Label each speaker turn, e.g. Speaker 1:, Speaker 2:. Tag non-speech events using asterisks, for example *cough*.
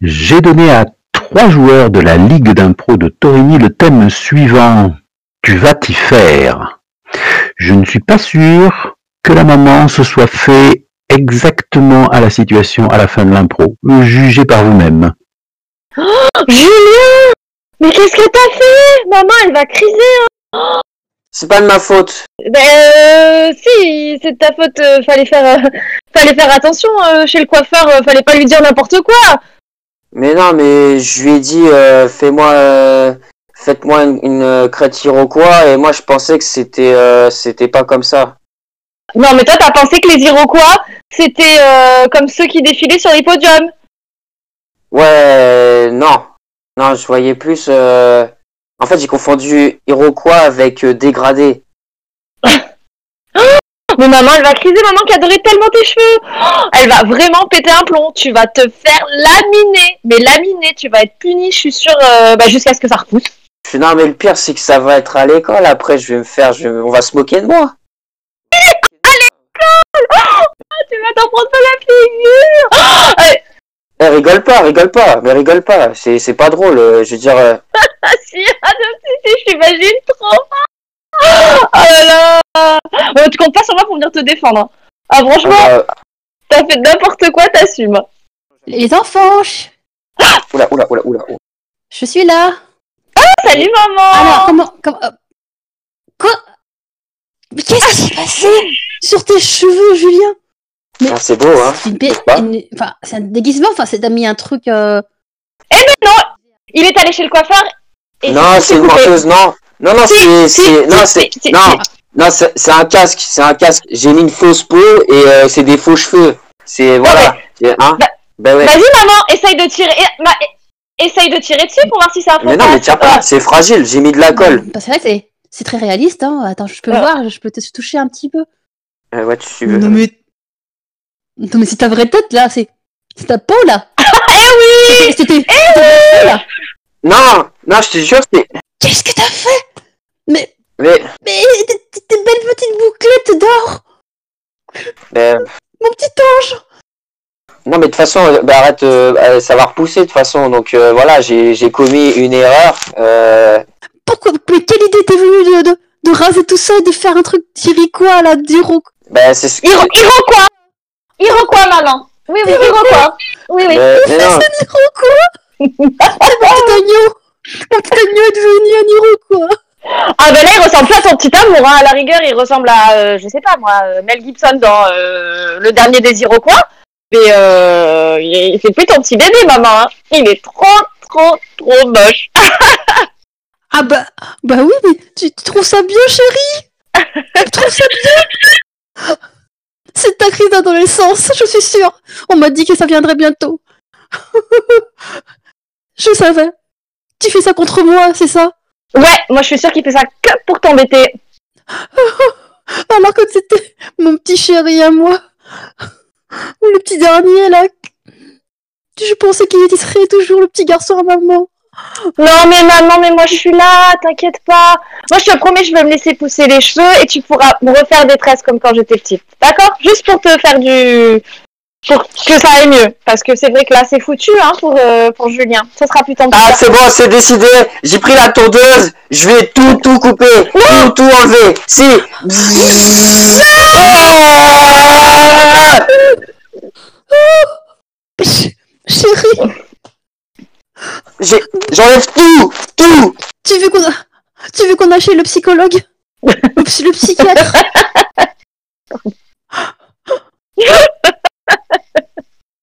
Speaker 1: J'ai donné à trois joueurs de la ligue d'impro de Torigny le thème suivant: Tu vas t'y faire. Je ne suis pas sûr que l'amendement se soit fait exactement à la situation à la fin de l'impro. Jugez par vous-même.
Speaker 2: Julien Mais qu'est-ce que t'as fait Maman, elle va criser hein.
Speaker 3: C'est pas de ma faute.
Speaker 2: Ben euh, si, c'est de ta faute. euh, fallait faire, euh, *laughs* fallait faire attention euh, chez le coiffeur. euh, fallait pas lui dire n'importe quoi.
Speaker 3: Mais non, mais je lui ai dit, euh, fais-moi, euh, faites-moi une, une euh, crête Iroquois, et moi je pensais que c'était, euh, c'était pas comme ça.
Speaker 2: Non, mais toi, t'as pensé que les Iroquois, c'était euh, comme ceux qui défilaient sur les podiums.
Speaker 3: Ouais, euh, non, non, je voyais plus. euh, En fait, j'ai confondu Iroquois avec euh, dégradé.
Speaker 2: Mais maman, elle va criser. Maman qui adorait tellement tes cheveux. *gasps* Oh, elle va vraiment péter un plomb. Tu vas te faire laminer. Mais laminer, tu vas être puni, je suis sûre, euh, bah, jusqu'à ce que ça repousse. *laughs*
Speaker 3: Je fais, non, mais le pire, c'est que ça va être à l'école. Après, je vais me faire, je vais- on va se moquer de moi.
Speaker 2: Tu vas t'en prendre pas la figure. Oh, euh,
Speaker 3: Eh, rigole pas, rigole pas, mais rigole pas. C'est, c'est pas drôle. euh, Je veux dire, euh,
Speaker 2: Ah *laughs* si, ah non, si, si, je t'imagine trop. Oh là là. Euh, tu comptes pas sur moi pour venir te défendre. hein. Ah
Speaker 3: on
Speaker 2: franchement,
Speaker 3: va-
Speaker 2: t'as fait n'importe quoi, t'assumes.
Speaker 4: Les enfants, ch-
Speaker 3: oula, oula, oula, oula.
Speaker 4: je suis là.
Speaker 2: Ah, salut maman.
Speaker 4: Alors, comment. comment- euh, Quoi Mais qu'est-ce qui s'est passé sur tes cheveux, Julien Mais-
Speaker 3: Ah, c'est beau, hein.
Speaker 4: C'est une paie-
Speaker 3: sais pas.
Speaker 4: une- Enfin, c'est un déguisement, enfin, c'est- t'as mis un truc. euh,
Speaker 2: Il est allé chez le coiffeur. et
Speaker 3: Non,
Speaker 2: il s'est
Speaker 3: c'est une
Speaker 2: coupé.
Speaker 3: menteuse, non. Non, non,
Speaker 2: si,
Speaker 3: c'est, c'est,
Speaker 2: si, si,
Speaker 3: non, c'est,
Speaker 2: si,
Speaker 3: non, non, c'est c'est un casque, c'est un casque. J'ai mis une fausse peau et euh, c'est des faux cheveux. C'est, voilà. Hein
Speaker 2: Bah-
Speaker 3: ben ouais.
Speaker 2: Vas-y maman, essaye de tirer. eh, ma- eh, Essaye de tirer dessus pour voir si ça a
Speaker 3: Mais non, mais tiens pas, c'est fragile, j'ai mis de la colle.
Speaker 4: bah, c'est vrai que c'est- c'est très réaliste, hein. Attends, je peux
Speaker 2: Ah.
Speaker 4: voir, je peux te toucher un petit peu.
Speaker 3: Euh, ouais, tu veux.
Speaker 4: Non, mais. Non, mais c'est ta vraie tête, là, c'est. C'est ta peau, là *laughs* Eh oui C'était.
Speaker 3: Non, non, je te jure, c'est.
Speaker 4: Qu'est-ce que t'as fait Mais.
Speaker 3: Mais,
Speaker 4: Mais. Tes tes belles petites bouclettes d'or
Speaker 3: mais-
Speaker 4: Mon petit ange
Speaker 3: ben, non, mais de toute façon, euh, bah, arrête, euh, euh, ça va repousser de toute façon. Donc euh, voilà, j'ai j'ai commis une erreur. Euh,
Speaker 4: Pourquoi Mais quelle idée t'es venue de, de, de raser tout ça et de faire un truc d'Iriquois, là, d'Iro
Speaker 3: bah, c'est ce que.
Speaker 2: Hiro Iroquois. Iroquois maman. Oui oui Iroquois. Oui oui.
Speaker 3: Mais- mais non,
Speaker 4: Un Iroquois Mon petit agneau Mon petit agneau est devenu un Iroquois
Speaker 2: Ah ben là il ressemble pas à son petit amour. Hein. À la rigueur il ressemble à euh, je sais pas moi euh, Mel Gibson dans euh, le dernier des Iroquois. Mais euh, il il fait plus ton petit bébé maman. hein. Il est trop trop trop moche.
Speaker 4: Ah bah, bah oui, mais tu, tu trouves ça bien, chérie Tu trouves ça bien C'est ta crise d'adolescence, je suis sûre. On m'a dit que ça viendrait bientôt. *laughs* je savais. Tu fais ça contre moi, c'est ça
Speaker 2: Ouais moi je suis sûre qu'il fait ça que pour t'embêter.
Speaker 4: Alors que c'était mon petit chéri à moi. Ou le petit dernier, là. Je pensais qu'il était- serait toujours le petit garçon à maman.
Speaker 2: Non mais maman, mais moi je suis là, t'inquiète pas. Moi je te promets, je vais me laisser pousser les cheveux et tu pourras me refaire des tresses comme quand j'étais petite. D'accord Juste pour te faire du... Pour que ça aille mieux. Parce que c'est vrai que là c'est foutu hein, pour, euh, pour Julien. Ça sera plus tard.
Speaker 3: Ah, c'est bon, c'est décidé. J'ai pris la tondeuse. Je vais tout, tout couper. Tout, tout enlever. Si. Ah
Speaker 4: Ch- Chérie,
Speaker 3: J'ai- J'enlève tout, tout.
Speaker 4: Tu veux qu'on a... tu veux qu'on aille chez le psychologue le, psy- le psychiatre